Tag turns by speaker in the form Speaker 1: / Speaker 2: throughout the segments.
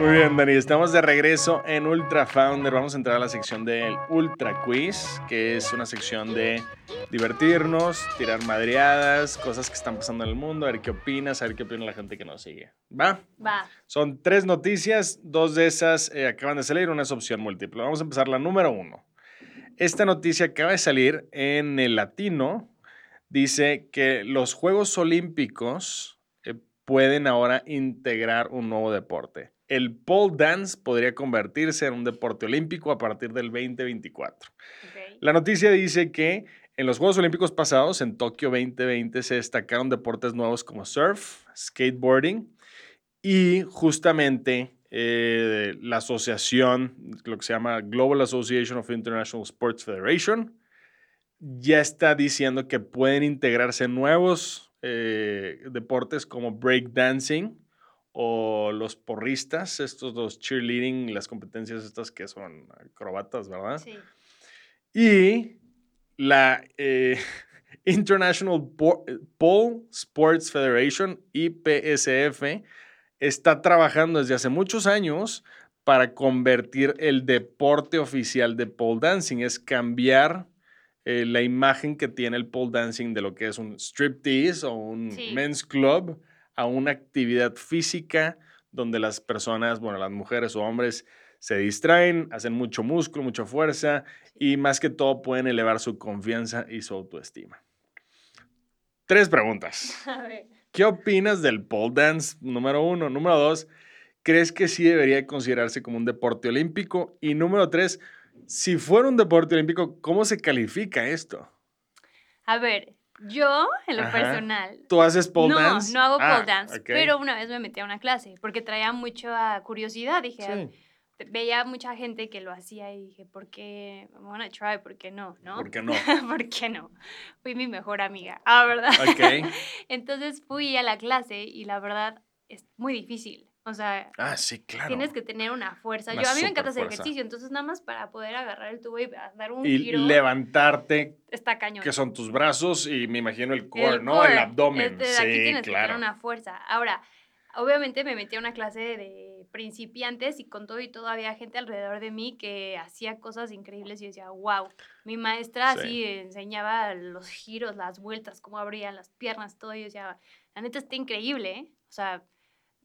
Speaker 1: Muy bien, Dani, estamos de regreso en Ultra Founder. Vamos a entrar a la sección del Ultra Quiz, que es una sección de divertirnos, tirar madreadas, cosas que están pasando en el mundo, a ver qué opinas, a ver qué opina la gente que nos sigue. ¿Va?
Speaker 2: Va.
Speaker 1: Son tres noticias, dos de esas eh, acaban de salir, una es opción múltiple. Vamos a empezar la número uno. Esta noticia acaba de salir en el latino. Dice que los Juegos Olímpicos eh, pueden ahora integrar un nuevo deporte. El pole dance podría convertirse en un deporte olímpico a partir del 2024.
Speaker 2: ok.
Speaker 1: La noticia dice que en los Juegos Olímpicos pasados, en Tokio 2020, se destacaron deportes nuevos como surf, skateboarding y justamente eh, la asociación, lo que se llama Global Association of International Sports Federation, ya está diciendo que pueden integrarse nuevos eh, deportes como breakdancing o los porristas, estos los cheerleading, las competencias estas que son acrobatas, ¿verdad?
Speaker 2: Sí.
Speaker 1: Y la eh, International Po- Pole Sports Federation, IPSF, está trabajando desde hace muchos años para convertir el deporte oficial de pole dancing. Es cambiar eh, la imagen que tiene el pole dancing de lo que es un striptease o un
Speaker 2: Sí.
Speaker 1: men's club a una actividad física donde las personas, bueno, las mujeres o hombres se distraen, hacen mucho músculo, mucha fuerza, y más que todo pueden elevar su confianza y su autoestima. Tres preguntas.
Speaker 2: A ver.
Speaker 1: ¿Qué opinas del pole dance? Número uno. Número dos, ¿crees que sí debería considerarse como un deporte olímpico? Y número tres, si fuera un deporte olímpico, ¿cómo se califica esto?
Speaker 2: A ver, yo, en lo
Speaker 1: Ajá.
Speaker 2: personal,
Speaker 1: ¿Tú haces pole
Speaker 2: no,
Speaker 1: dance?
Speaker 2: no hago
Speaker 1: Ah,
Speaker 2: pole dance,
Speaker 1: ok.
Speaker 2: pero una vez me metí a una clase porque traía mucha curiosidad, dije, "Ah,
Speaker 1: Sí,
Speaker 2: te- veía mucha gente que lo hacía y dije, ¿por qué? I wanna try, ¿por qué no? ¿No?
Speaker 1: ¿por qué no?
Speaker 2: ¿Por qué no? Fui mi mejor amiga, ah,
Speaker 1: Ok.
Speaker 2: ¿verdad? Entonces fui a la clase y la verdad es muy difícil, o sea,
Speaker 1: Ah, sí, claro.
Speaker 2: tienes que tener una fuerza.
Speaker 1: Una
Speaker 2: Yo a mí me encanta hacer
Speaker 1: superfuerza.
Speaker 2: ejercicio, entonces nada más para poder agarrar el tubo y ah, dar un
Speaker 1: Y
Speaker 2: giro
Speaker 1: levantarte,
Speaker 2: está cañón.
Speaker 1: que son tus brazos y me imagino el core,
Speaker 2: El
Speaker 1: ¿no?
Speaker 2: core,
Speaker 1: El abdomen.
Speaker 2: este de aquí
Speaker 1: sí,
Speaker 2: tienes que tener
Speaker 1: claro.
Speaker 2: una fuerza. Ahora, obviamente me metí a una clase de principiantes y con todo y todo había gente alrededor de mí que hacía cosas increíbles y yo decía, wow. Mi maestra
Speaker 1: Sí.
Speaker 2: así enseñaba los giros, las vueltas, cómo abrían las piernas, todo. Y yo decía, la neta está increíble, ¿eh? O sea,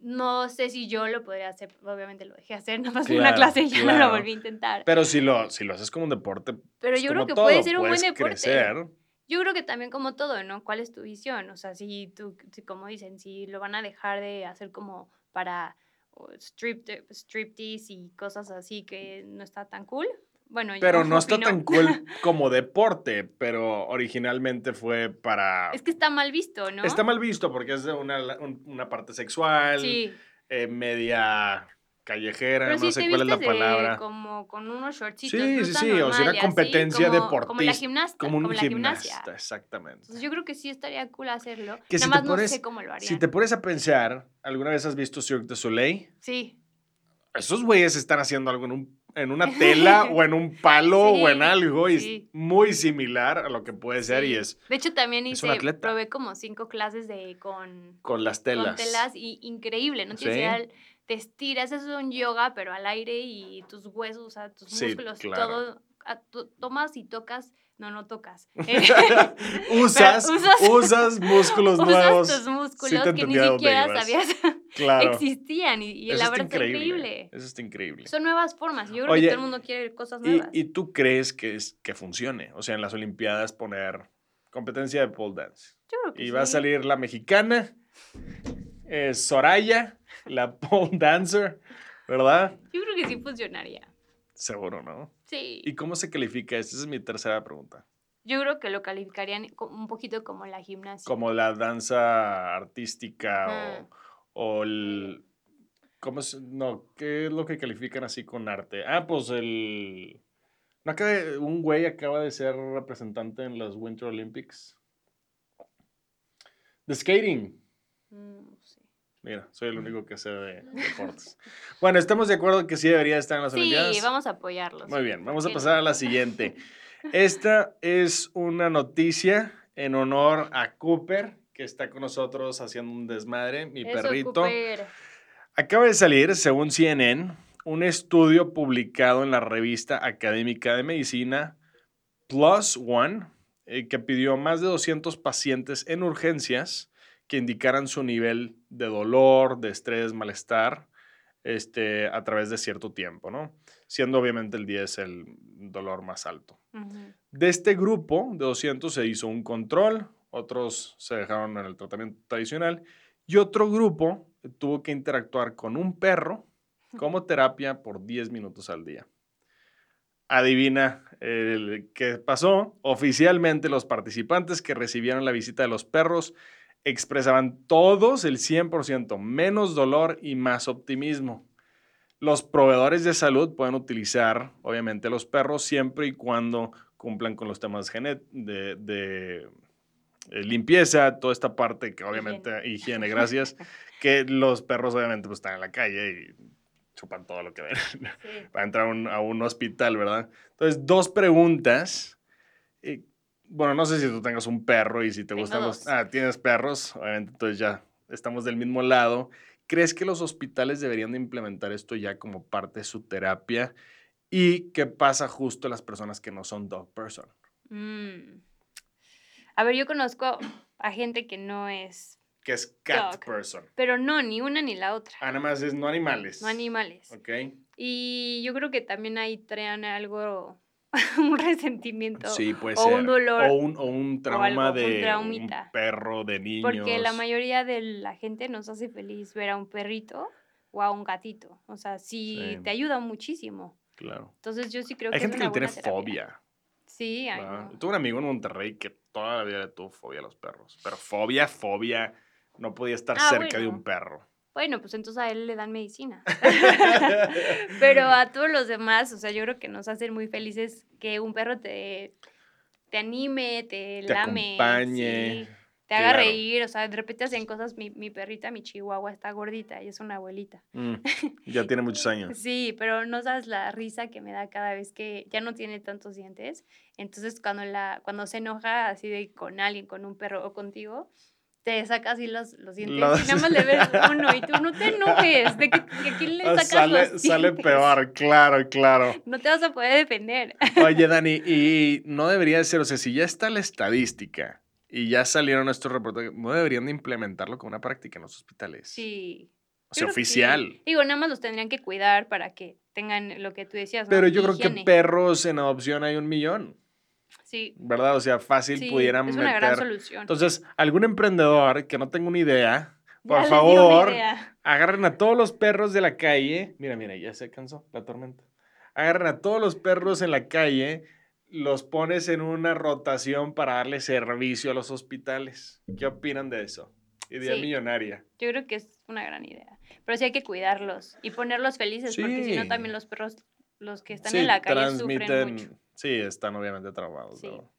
Speaker 2: no sé si yo lo podría hacer. Obviamente lo dejé hacer, nada más fui a una
Speaker 1: Claro,
Speaker 2: clase y ya no
Speaker 1: claro.
Speaker 2: lo volví a intentar.
Speaker 1: Pero si lo, si lo haces como un deporte,
Speaker 2: Pero
Speaker 1: pues
Speaker 2: yo creo
Speaker 1: como
Speaker 2: que
Speaker 1: todo,
Speaker 2: puede ser un buen
Speaker 1: puedes
Speaker 2: deporte.
Speaker 1: crecer.
Speaker 2: Yo creo que también como todo, ¿no? ¿Cuál es tu visión? O sea, si tú, si como dicen, si lo van a dejar de hacer como para o, strip, striptease y cosas así que no está tan cool. Bueno, yo
Speaker 1: Pero no está
Speaker 2: opino-
Speaker 1: tan cool como deporte, pero originalmente fue para...
Speaker 2: es que está mal visto, ¿no?
Speaker 1: Está mal visto porque es de una, un- una parte sexual,
Speaker 2: Sí,
Speaker 1: eh, media callejera,
Speaker 2: pero
Speaker 1: no
Speaker 2: si
Speaker 1: sé
Speaker 2: te
Speaker 1: cuál es la
Speaker 2: vistes
Speaker 1: palabra.
Speaker 2: de, como con unos shortcitos.
Speaker 1: Sí,
Speaker 2: no
Speaker 1: sí,
Speaker 2: tan
Speaker 1: sí, o sea, una
Speaker 2: normal y así,
Speaker 1: competencia
Speaker 2: como- Como la
Speaker 1: deportista,
Speaker 2: gimnasta.
Speaker 1: como un
Speaker 2: la gimnasia.
Speaker 1: gimnasta, exactamente.
Speaker 2: Entonces yo creo que sí estaría cool hacerlo.
Speaker 1: Que si
Speaker 2: Nada
Speaker 1: te
Speaker 2: más no
Speaker 1: pones-
Speaker 2: sé cómo lo harían.
Speaker 1: Si te pones a pensar, ¿alguna vez has visto Cirque du Soleil?
Speaker 2: Sí,
Speaker 1: Esos güeyes están haciendo algo en, un- en una tela o en un palo o en
Speaker 2: Sí,
Speaker 1: algo y
Speaker 2: sí.
Speaker 1: es muy similar a lo que puede ser y
Speaker 2: Sí.
Speaker 1: es
Speaker 2: De hecho, también
Speaker 1: es un
Speaker 2: hice,
Speaker 1: atleta.
Speaker 2: probé como cinco clases de con
Speaker 1: con las
Speaker 2: con
Speaker 1: telas.
Speaker 2: telas, y increíble, ¿no? Tienes
Speaker 1: Sí.
Speaker 2: idea, te estiras, es un yoga, pero al aire y tus huesos, o sea, tus
Speaker 1: Sí,
Speaker 2: músculos,
Speaker 1: claro.
Speaker 2: todo, a- to- tomas y tocas, no, no tocas. Eh,
Speaker 1: usas,
Speaker 2: Pero usas-
Speaker 1: usas músculos nuevos.
Speaker 2: Usas tus músculos
Speaker 1: te
Speaker 2: que ni
Speaker 1: entendí a dónde
Speaker 2: siquiera
Speaker 1: ibas.
Speaker 2: sabías
Speaker 1: Claro.
Speaker 2: existían y, y
Speaker 1: Eso
Speaker 2: la
Speaker 1: está
Speaker 2: verdad está increíble.
Speaker 1: Eso está increíble.
Speaker 2: Son nuevas formas, yo creo
Speaker 1: Oye,
Speaker 2: que todo el mundo quiere cosas
Speaker 1: ¿Y,
Speaker 2: nuevas.
Speaker 1: y tú crees que, es, que funcione? O sea, en las Olimpiadas poner competencia de pole dance.
Speaker 2: Yo creo que
Speaker 1: Y va a
Speaker 2: sí.
Speaker 1: salir la mexicana, eh, Soraya, la pole dancer, ¿verdad?
Speaker 2: Yo creo que sí funcionaría.
Speaker 1: Seguro, ¿no?
Speaker 2: Sí.
Speaker 1: ¿Y cómo se califica? Esa es mi tercera pregunta.
Speaker 2: Yo creo que lo calificarían co- un poquito como la gimnasia.
Speaker 1: Como la danza artística
Speaker 2: Ajá.
Speaker 1: o, o el... ¿Cómo es? No, ¿qué es lo que califican así con arte? Ah, pues el... ¿No acaba de- un güey acaba de ser representante en los Winter Olympics? De skating.
Speaker 2: Mm, no sé.
Speaker 1: Mira, soy el único que sé de deportes. Bueno, estamos de acuerdo que sí debería estar en las Olimpiadas.
Speaker 2: Sí, vamos a apoyarlos.
Speaker 1: Muy bien, vamos a
Speaker 2: qué
Speaker 1: pasar
Speaker 2: no?
Speaker 1: a la siguiente. Esta es una noticia en honor a Cooper, que está con nosotros haciendo un desmadre, mi
Speaker 2: Eso,
Speaker 1: perrito.
Speaker 2: Cooper.
Speaker 1: Acaba de salir, según CNN, un estudio publicado en la revista académica de medicina Plus One, eh, que pidió a más de 200 pacientes en urgencias que indicaran su nivel de dolor, de estrés, malestar, este, a través de cierto tiempo, ¿no? Siendo obviamente el 10 el dolor más alto.
Speaker 2: Ujú.
Speaker 1: De este grupo de 200 se hizo un control, otros se dejaron en el tratamiento tradicional y otro grupo tuvo que interactuar con un perro como terapia por 10 minutos al día. Adivina el qué pasó. Oficialmente los participantes que recibieron la visita de los perros expresaban todos el 100% menos dolor y más optimismo. Los proveedores de salud pueden utilizar, obviamente, los perros siempre y cuando cumplan con los temas gene- de, de, eh, limpieza, toda esta parte que obviamente, eh, higiene, gracias, que los perros obviamente pues, están en la calle y chupan todo lo que ven
Speaker 2: Sí.
Speaker 1: para entrar a un, a un hospital, ¿verdad? Entonces, dos preguntas. Eh, bueno, no sé si tú tengas un perro y si te
Speaker 2: Tengo
Speaker 1: gustan los...
Speaker 2: dos.
Speaker 1: Ah, tienes perros, obviamente, entonces ya estamos del mismo lado. ¿Crees que los hospitales deberían de implementar esto ya como parte de su terapia? ¿Y qué pasa justo a las personas que no son dog person?
Speaker 2: Mm. A ver, yo conozco a gente que no es,
Speaker 1: Que es cat
Speaker 2: Dog.
Speaker 1: person.
Speaker 2: pero no, ni una ni la otra.
Speaker 1: Ah, nada más es no animales.
Speaker 2: No animales.
Speaker 1: Ok.
Speaker 2: Y yo creo que también ahí traen algo, un resentimiento.
Speaker 1: Sí, puede
Speaker 2: o
Speaker 1: ser.
Speaker 2: un dolor,
Speaker 1: O un, o un trauma
Speaker 2: algo, un
Speaker 1: de un
Speaker 2: traumita.
Speaker 1: perro, de niños.
Speaker 2: Porque la mayoría de la gente nos hace feliz ver a un perrito o a un gatito. O sea, sí,
Speaker 1: Sí.
Speaker 2: te ayuda muchísimo.
Speaker 1: Claro.
Speaker 2: Entonces yo sí creo
Speaker 1: Hay
Speaker 2: que es
Speaker 1: gente que
Speaker 2: una
Speaker 1: le tiene
Speaker 2: buena terapia.
Speaker 1: fobia.
Speaker 2: Sí, ay,
Speaker 1: ¿verdad?
Speaker 2: no.
Speaker 1: Tuve un amigo en Monterrey que toda la vida le tuvo fobia a los perros. Pero fobia, fobia, no podía estar
Speaker 2: Ah,
Speaker 1: cerca de
Speaker 2: bueno.
Speaker 1: un perro.
Speaker 2: Bueno, pues entonces a él le dan medicina. Pero a todos los demás, o sea, yo creo que nos hacen muy felices que un perro te, te anime, te,
Speaker 1: Te
Speaker 2: lame.
Speaker 1: acompañe.
Speaker 2: sí, te haga
Speaker 1: claro.
Speaker 2: reír, o sea, de repente hacen cosas, mi, mi perrita, mi chihuahua, está gordita y es una abuelita.
Speaker 1: Mm, ya tiene muchos años.
Speaker 2: Sí, pero no sabes la risa que me da cada vez que ya no tiene tantos dientes. Entonces, cuando, la, cuando se enoja así de con alguien, con un perro o contigo, te saca así los, los dientes.
Speaker 1: Los-
Speaker 2: Y nada más le ves uno y tú no te enojes. ¿De que, que a quién le
Speaker 1: Ah,
Speaker 2: sacas
Speaker 1: sale,
Speaker 2: los
Speaker 1: sale
Speaker 2: dientes?
Speaker 1: peor, claro, claro.
Speaker 2: No te vas a poder defender.
Speaker 1: Oye, Dani, y no debería de ser, o sea, si ya está la estadística y ya salieron estos reportajes, ¿no deberían de implementarlo como una práctica en los hospitales?
Speaker 2: Sí.
Speaker 1: O sea,
Speaker 2: yo creo que sí.
Speaker 1: oficial.
Speaker 2: Digo, nada más los tendrían que cuidar para que tengan lo que tú decías. ¿no?
Speaker 1: Pero yo creo
Speaker 2: Higiene.
Speaker 1: que perros en adopción hay un millón,
Speaker 2: Sí.
Speaker 1: ¿verdad? O sea, fácil
Speaker 2: sí,
Speaker 1: pudieran
Speaker 2: es una
Speaker 1: meter.
Speaker 2: gran solución.
Speaker 1: Entonces, algún emprendedor que no tenga una idea, por
Speaker 2: Ya les di una
Speaker 1: favor,
Speaker 2: idea.
Speaker 1: agarren a todos los perros de la calle. Mira, mira, ya se cansó la tormenta. Agarren a todos los perros en la calle, los pones en una rotación para darle servicio a los hospitales. ¿Qué opinan de eso? Idea
Speaker 2: Sí.
Speaker 1: millonaria.
Speaker 2: Yo creo que es una gran idea. Pero sí hay que cuidarlos y ponerlos felices, porque si
Speaker 1: Sí.
Speaker 2: no también los perros, los que están
Speaker 1: Sí,
Speaker 2: en la calle sufren mucho.
Speaker 1: Sí, están obviamente traumados.
Speaker 2: Sí.
Speaker 1: ¿no?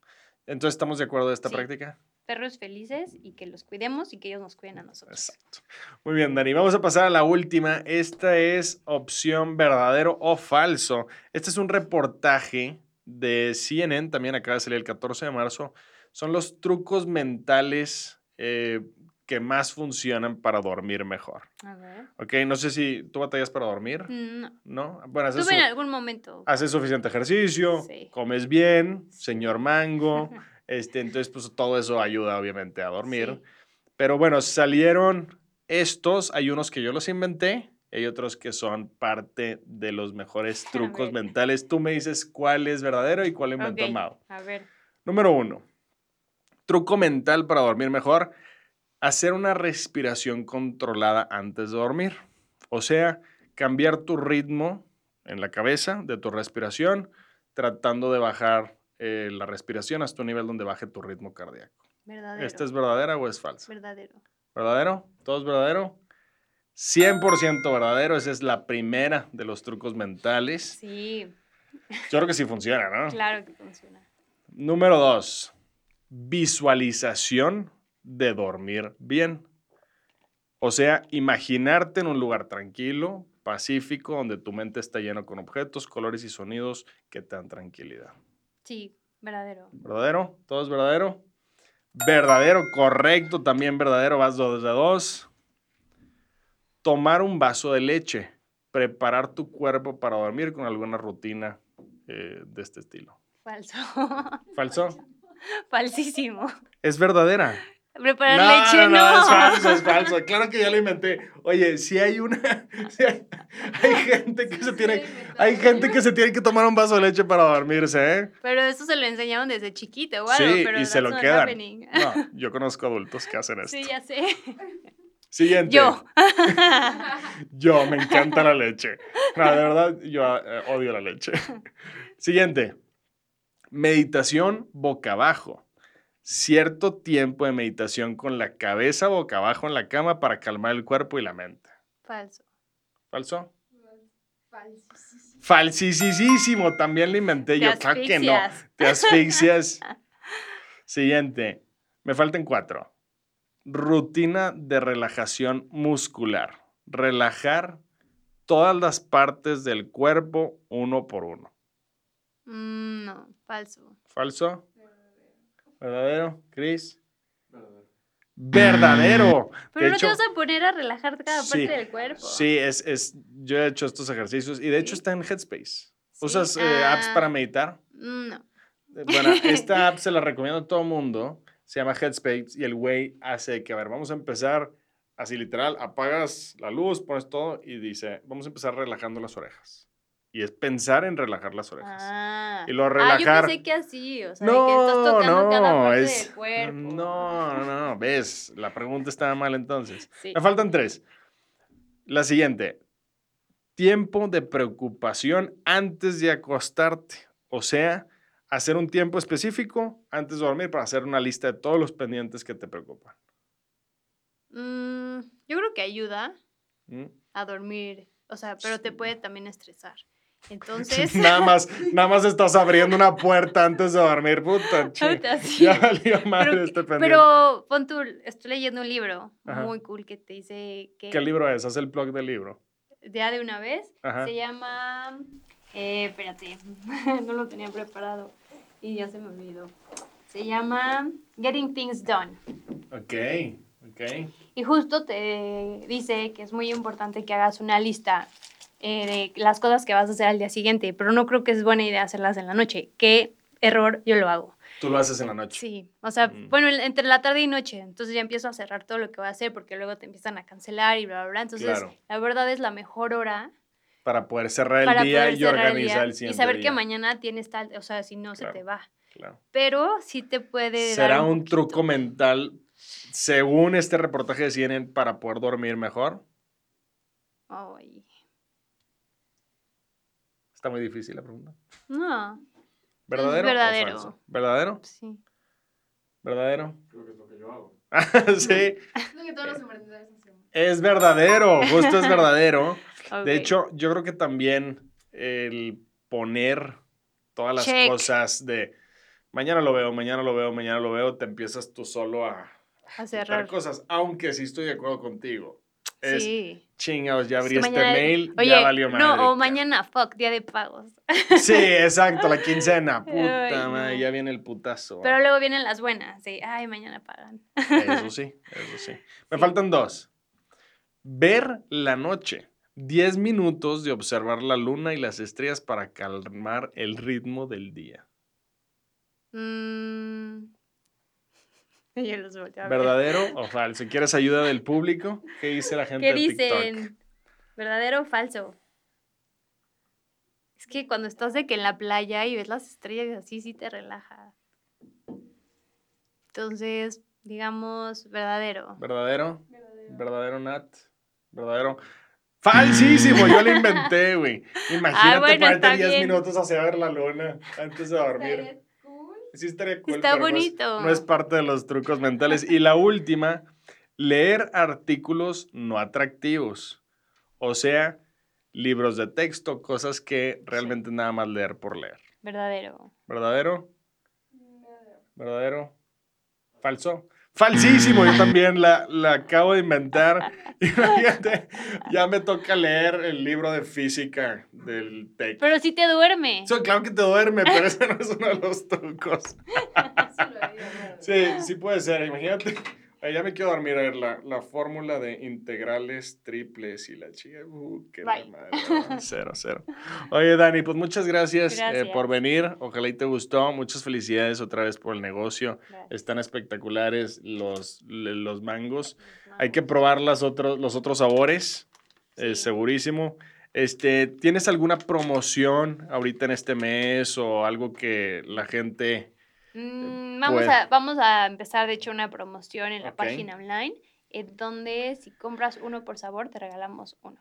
Speaker 1: Entonces, ¿estamos de acuerdo de esta
Speaker 2: Sí.
Speaker 1: práctica?
Speaker 2: Perros felices y que los cuidemos y que ellos nos cuiden a nosotros.
Speaker 1: Exacto. Muy bien, Dani. Vamos a pasar a la última. Esta es opción verdadero o falso. Este es un reportaje de CNN, también acaba de salir el 14 de marzo. Son los trucos mentales eh, que más funcionan para dormir mejor.
Speaker 2: A ver.
Speaker 1: Ok, no sé si tú batallas para dormir,
Speaker 2: No.
Speaker 1: ¿no? Bueno, haces,
Speaker 2: Mm. Tuve en
Speaker 1: su-
Speaker 2: algún momento.
Speaker 1: haces suficiente ejercicio,
Speaker 2: Sí.
Speaker 1: comes bien,
Speaker 2: Sí.
Speaker 1: señor mango. Este, entonces, pues todo eso ayuda obviamente a dormir. Pero bueno, salieron estos. Hay unos que yo los inventé. Hay otros que son parte de los mejores
Speaker 2: A
Speaker 1: trucos
Speaker 2: ver.
Speaker 1: mentales. Tú me dices cuál es verdadero y cuál lo inventó
Speaker 2: Ok,
Speaker 1: Mao.
Speaker 2: A ver.
Speaker 1: Número uno. Truco mental para dormir mejor. Hacer una respiración controlada antes de dormir. O sea, cambiar tu ritmo en la cabeza de tu respiración, tratando de bajar eh, la respiración hasta un nivel donde baje tu ritmo cardíaco.
Speaker 2: Verdadero.
Speaker 1: ¿Esta es verdadera o Este es falsa?
Speaker 2: Verdadero.
Speaker 1: ¿Verdadero? ¿Todo es verdadero? 100% verdadero. Esa es la primera de los trucos mentales.
Speaker 2: Sí,
Speaker 1: Yo creo que sí funciona, ¿no?
Speaker 2: claro que funciona.
Speaker 1: Número dos, visualización de dormir bien. O sea, imaginarte en un lugar tranquilo, pacífico, donde tu mente está llena con objetos, colores y sonidos que te dan tranquilidad.
Speaker 2: Sí, verdadero.
Speaker 1: ¿Verdadero? ¿Todo es verdadero? Verdadero, correcto, también verdadero, vas dos de dos. tomar un vaso de leche, preparar tu cuerpo para dormir con alguna rutina eh, de este estilo.
Speaker 2: Falso.
Speaker 1: ¿Falso?
Speaker 2: Falsísimo.
Speaker 1: Es verdadera.
Speaker 2: Preparar leche no.
Speaker 1: es falso, es falso. Claro que ya lo inventé. Oye, si hay una. si hay, hay gente que se tiene. Hay gente que se tiene que tomar un vaso de leche para dormirse, ¿eh?
Speaker 2: Pero eso se lo enseñaron desde chiquito, o algo,
Speaker 1: Sí,
Speaker 2: pero
Speaker 1: y se
Speaker 2: that's
Speaker 1: lo
Speaker 2: not
Speaker 1: quedan.
Speaker 2: happening.
Speaker 1: No, yo conozco adultos que hacen esto.
Speaker 2: Sí, ya sé.
Speaker 1: Siguiente.
Speaker 2: Yo.
Speaker 1: Yo, me encanta la leche. No, de verdad, yo eh, odio la leche. Siguiente. Meditación boca abajo. Cierto tiempo de meditación con la cabeza boca abajo en la cama para calmar el cuerpo y la mente.
Speaker 2: Falso.
Speaker 1: ¿Falso?
Speaker 3: Falsísimo.
Speaker 1: Falsísimo. También lo inventé
Speaker 2: Te
Speaker 1: yo. Claro que no.
Speaker 2: asfixias.
Speaker 1: Te asfixias. Siguiente. Me faltan cuatro. Rutina de relajación muscular. Relajar todas las partes del cuerpo uno por uno.
Speaker 2: Mm, no, falso.
Speaker 1: ¿Falso? ¿Verdadero? ¿Cris?
Speaker 3: Verdadero.
Speaker 1: ¡Verdadero!
Speaker 2: Pero
Speaker 1: De
Speaker 2: no
Speaker 1: hecho-
Speaker 2: te vas a poner a relajar cada
Speaker 1: Sí,
Speaker 2: parte del cuerpo.
Speaker 1: Sí, es, es, yo he hecho estos ejercicios y de hecho
Speaker 2: Sí.
Speaker 1: está en Headspace.
Speaker 2: Sí.
Speaker 1: ¿Usas eh, apps
Speaker 2: Ah,
Speaker 1: para meditar?
Speaker 2: mm, No.
Speaker 1: Eh, Bueno, esta app se la recomiendo a todo mundo. Se llama Headspace y el güey hace que, a ver, vamos a empezar así literal, apagas la luz, pones todo y dice, vamos a empezar relajando las orejas. Y es pensar en relajar las orejas.
Speaker 2: Ah.
Speaker 1: Pues, Y lo
Speaker 2: Ah,
Speaker 1: relajar.
Speaker 2: yo pensé que así, o sea, de que estás
Speaker 1: no,
Speaker 2: tocando cada
Speaker 1: no,
Speaker 2: parte
Speaker 1: es...
Speaker 2: del cuerpo.
Speaker 1: No, no, no, ves, la pregunta estaba mal entonces.
Speaker 2: Sí.
Speaker 1: Me faltan tres. La siguiente. Tiempo de preocupación antes de acostarte. O sea, hacer un tiempo específico antes de dormir para hacer una lista de todos los pendientes que te preocupan.
Speaker 2: Mm, yo creo que ayuda
Speaker 1: ¿Mm?
Speaker 2: a dormir, o sea, pero te puede también estresar. Entonces,
Speaker 1: Nada más, nada más estás abriendo una puerta antes de dormir, puta. chi-
Speaker 2: ahorita sí.
Speaker 1: Ya valió madre
Speaker 2: Pero,
Speaker 1: este
Speaker 2: que-
Speaker 1: pendiente.
Speaker 2: pero pon tú, estoy leyendo un libro
Speaker 1: Ajá.
Speaker 2: muy cool que te dice que
Speaker 1: ¿Qué libro es? Haz el blog del libro.
Speaker 2: ya de una vez
Speaker 1: Ajá.
Speaker 2: se llama, eh, espérate, no lo tenía preparado y ya se me olvidó. Se llama Getting Things Done.
Speaker 1: Ok, ok.
Speaker 2: Y justo te dice que es muy importante que hagas una lista eh, de las cosas que vas a hacer al día siguiente, pero no creo que es buena idea hacerlas en la noche. ¿Qué error yo lo hago?
Speaker 1: Tú lo haces en la noche.
Speaker 2: Sí, o sea,
Speaker 1: Mm.
Speaker 2: bueno, en- entre la tarde y noche, entonces ya empiezo a cerrar todo lo que voy a hacer porque luego te empiezan a cancelar y bla, bla, bla. Entonces,
Speaker 1: Claro.
Speaker 2: la verdad es la mejor hora
Speaker 1: Para poder cerrar el
Speaker 2: para
Speaker 1: día
Speaker 2: poder
Speaker 1: y
Speaker 2: cerrar el
Speaker 1: organizar
Speaker 2: día
Speaker 1: el, siguiente
Speaker 2: y saber
Speaker 1: día.
Speaker 2: que mañana tienes tal, o sea, si no
Speaker 1: Claro.
Speaker 2: se te va.
Speaker 1: Claro.
Speaker 2: Pero sí te puede dar
Speaker 1: ¿Será un
Speaker 2: poquito.
Speaker 1: truco mental, según este reportaje de CNN, para poder dormir mejor?
Speaker 2: Ay,
Speaker 1: Está muy difícil la pregunta.
Speaker 2: no,
Speaker 1: ¿Verdadero?
Speaker 2: verdadero.
Speaker 1: O falso? ¿Verdadero?
Speaker 2: sí.
Speaker 1: ¿Verdadero?
Speaker 3: Creo que es lo que yo hago.
Speaker 1: sí,
Speaker 3: Es lo que todos los emprendedores hacemos.
Speaker 1: es verdadero, justo es verdadero. De
Speaker 2: Ok.
Speaker 1: hecho, yo creo que también el poner todas las
Speaker 2: Check.
Speaker 1: cosas de mañana lo veo, mañana lo veo, mañana lo veo, te empiezas tú solo a
Speaker 2: a
Speaker 1: hacer
Speaker 2: cerrar.
Speaker 1: cosas, aunque sí estoy de acuerdo contigo. Es,
Speaker 2: sí.
Speaker 1: Chingados, ya
Speaker 2: Es
Speaker 1: abrí
Speaker 2: que
Speaker 1: este
Speaker 2: mañana-
Speaker 1: mail,
Speaker 2: Oye,
Speaker 1: ya valió madre.
Speaker 2: No, o
Speaker 1: cabrón.
Speaker 2: mañana, fuck, día de pagos.
Speaker 1: Sí, exacto, la quincena. Puta
Speaker 2: Ay, no.
Speaker 1: madre, ya viene el putazo.
Speaker 2: Pero luego vienen las buenas, de, ay, mañana pagan.
Speaker 1: Eso sí, eso sí. Me faltan dos. Ver la noche. 10 minutos de observar la luna y las estrellas para calmar el ritmo del día.
Speaker 2: Mm. Y yo los volteo a ver.
Speaker 1: ¿Verdadero o falso? ¿Quieres ayuda del público? ¿Qué dice la gente
Speaker 2: ¿Qué
Speaker 1: de TikTok?
Speaker 2: dicen? ¿Verdadero o falso? Es que cuando estás de que en la playa y ves las estrellas así, sí te relaja. Entonces, digamos, verdadero.
Speaker 1: ¿Verdadero?
Speaker 3: Verdadero.
Speaker 1: ¿Verdadero, Nat? ¿Verdadero? Falsísimo, yo lo inventé, güey. Imagínate
Speaker 2: Ah, bueno,
Speaker 1: ponerte
Speaker 2: está
Speaker 1: 10
Speaker 2: bien.
Speaker 1: minutos hacia ver la luna antes de dormir.
Speaker 3: Estaría cool.
Speaker 1: Sí estaría cool,
Speaker 2: Está
Speaker 1: pero no es- No
Speaker 2: bonito.
Speaker 1: es, parte de los trucos mentales. Y la última, leer artículos no atractivos. O sea, libros de texto, cosas que realmente nada más leer por leer.
Speaker 2: Verdadero.
Speaker 1: ¿Verdadero?
Speaker 3: Verdadero.
Speaker 1: ¿Verdadero? ¿Falso? Falsísimo, yo también la, la acabo de inventar. Imagínate, ya me toca leer el libro de física del texto.
Speaker 2: Pero sí te duerme.
Speaker 1: Eso, claro que te duerme, pero ese no es uno de los trucos.
Speaker 3: Eso lo haría.
Speaker 1: Sí, sí puede ser. Imagínate, Eh, ya me quiero dormir a ver la, la fórmula de integrales triples y la chica. Uh, qué la
Speaker 2: Bye.
Speaker 1: madre. ¿no? Cero, cero. Oye, Dani, pues muchas gracias, eh,
Speaker 2: Gracias.
Speaker 1: por venir. Ojalá y te gustó. Muchas felicidades otra vez por el negocio. Están espectaculares los, le- los mangos. Hay que probar las otro- los otros sabores, eh,
Speaker 2: Sí.
Speaker 1: segurísimo. Este, ¿Tienes alguna promoción ahorita en este mes o algo que la gente...
Speaker 2: Mm, vamos,
Speaker 1: pues-
Speaker 2: a, vamos a empezar, de hecho, una promoción en la
Speaker 1: Ok.
Speaker 2: página online, en donde si compras uno por sabor, te regalamos uno.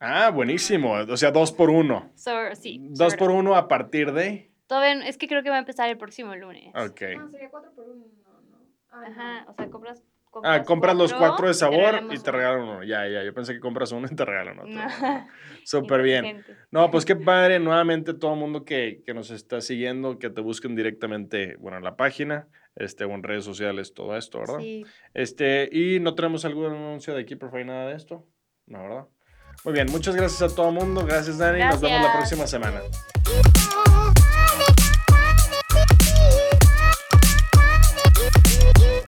Speaker 1: Ah, buenísimo. O sea, dos por uno.
Speaker 2: So- sí,
Speaker 1: Mm, Dos
Speaker 2: sobre-
Speaker 1: por uno a partir de.
Speaker 2: Todavía no- es que creo que va a empezar el próximo lunes.
Speaker 1: Ok.
Speaker 3: Ah, sería 4 por 1, ¿no? Ah,
Speaker 2: Ajá, o sea, compras.
Speaker 1: Ah, compras los cuatro de
Speaker 2: y te
Speaker 1: sabor
Speaker 2: regalamos
Speaker 1: y te
Speaker 2: uno.
Speaker 1: regalan uno. Ya, ya. Yo pensé que compras uno y te regalan otro.
Speaker 2: No.
Speaker 1: Súper bien.
Speaker 2: Inteligente.
Speaker 1: No, pues qué padre. Nuevamente, todo el mundo que, que nos está siguiendo, que te busquen directamente, bueno, en la página, este, o en redes sociales, todo esto, ¿verdad?
Speaker 2: Sí.
Speaker 1: Este, y no tenemos algún anuncio de Keeper Fry, nada de esto. No, ¿verdad? Muy bien, muchas gracias a todo el mundo. Gracias, Dani. Nos vemos la
Speaker 2: Gracias.
Speaker 1: próxima semana.
Speaker 4: Keep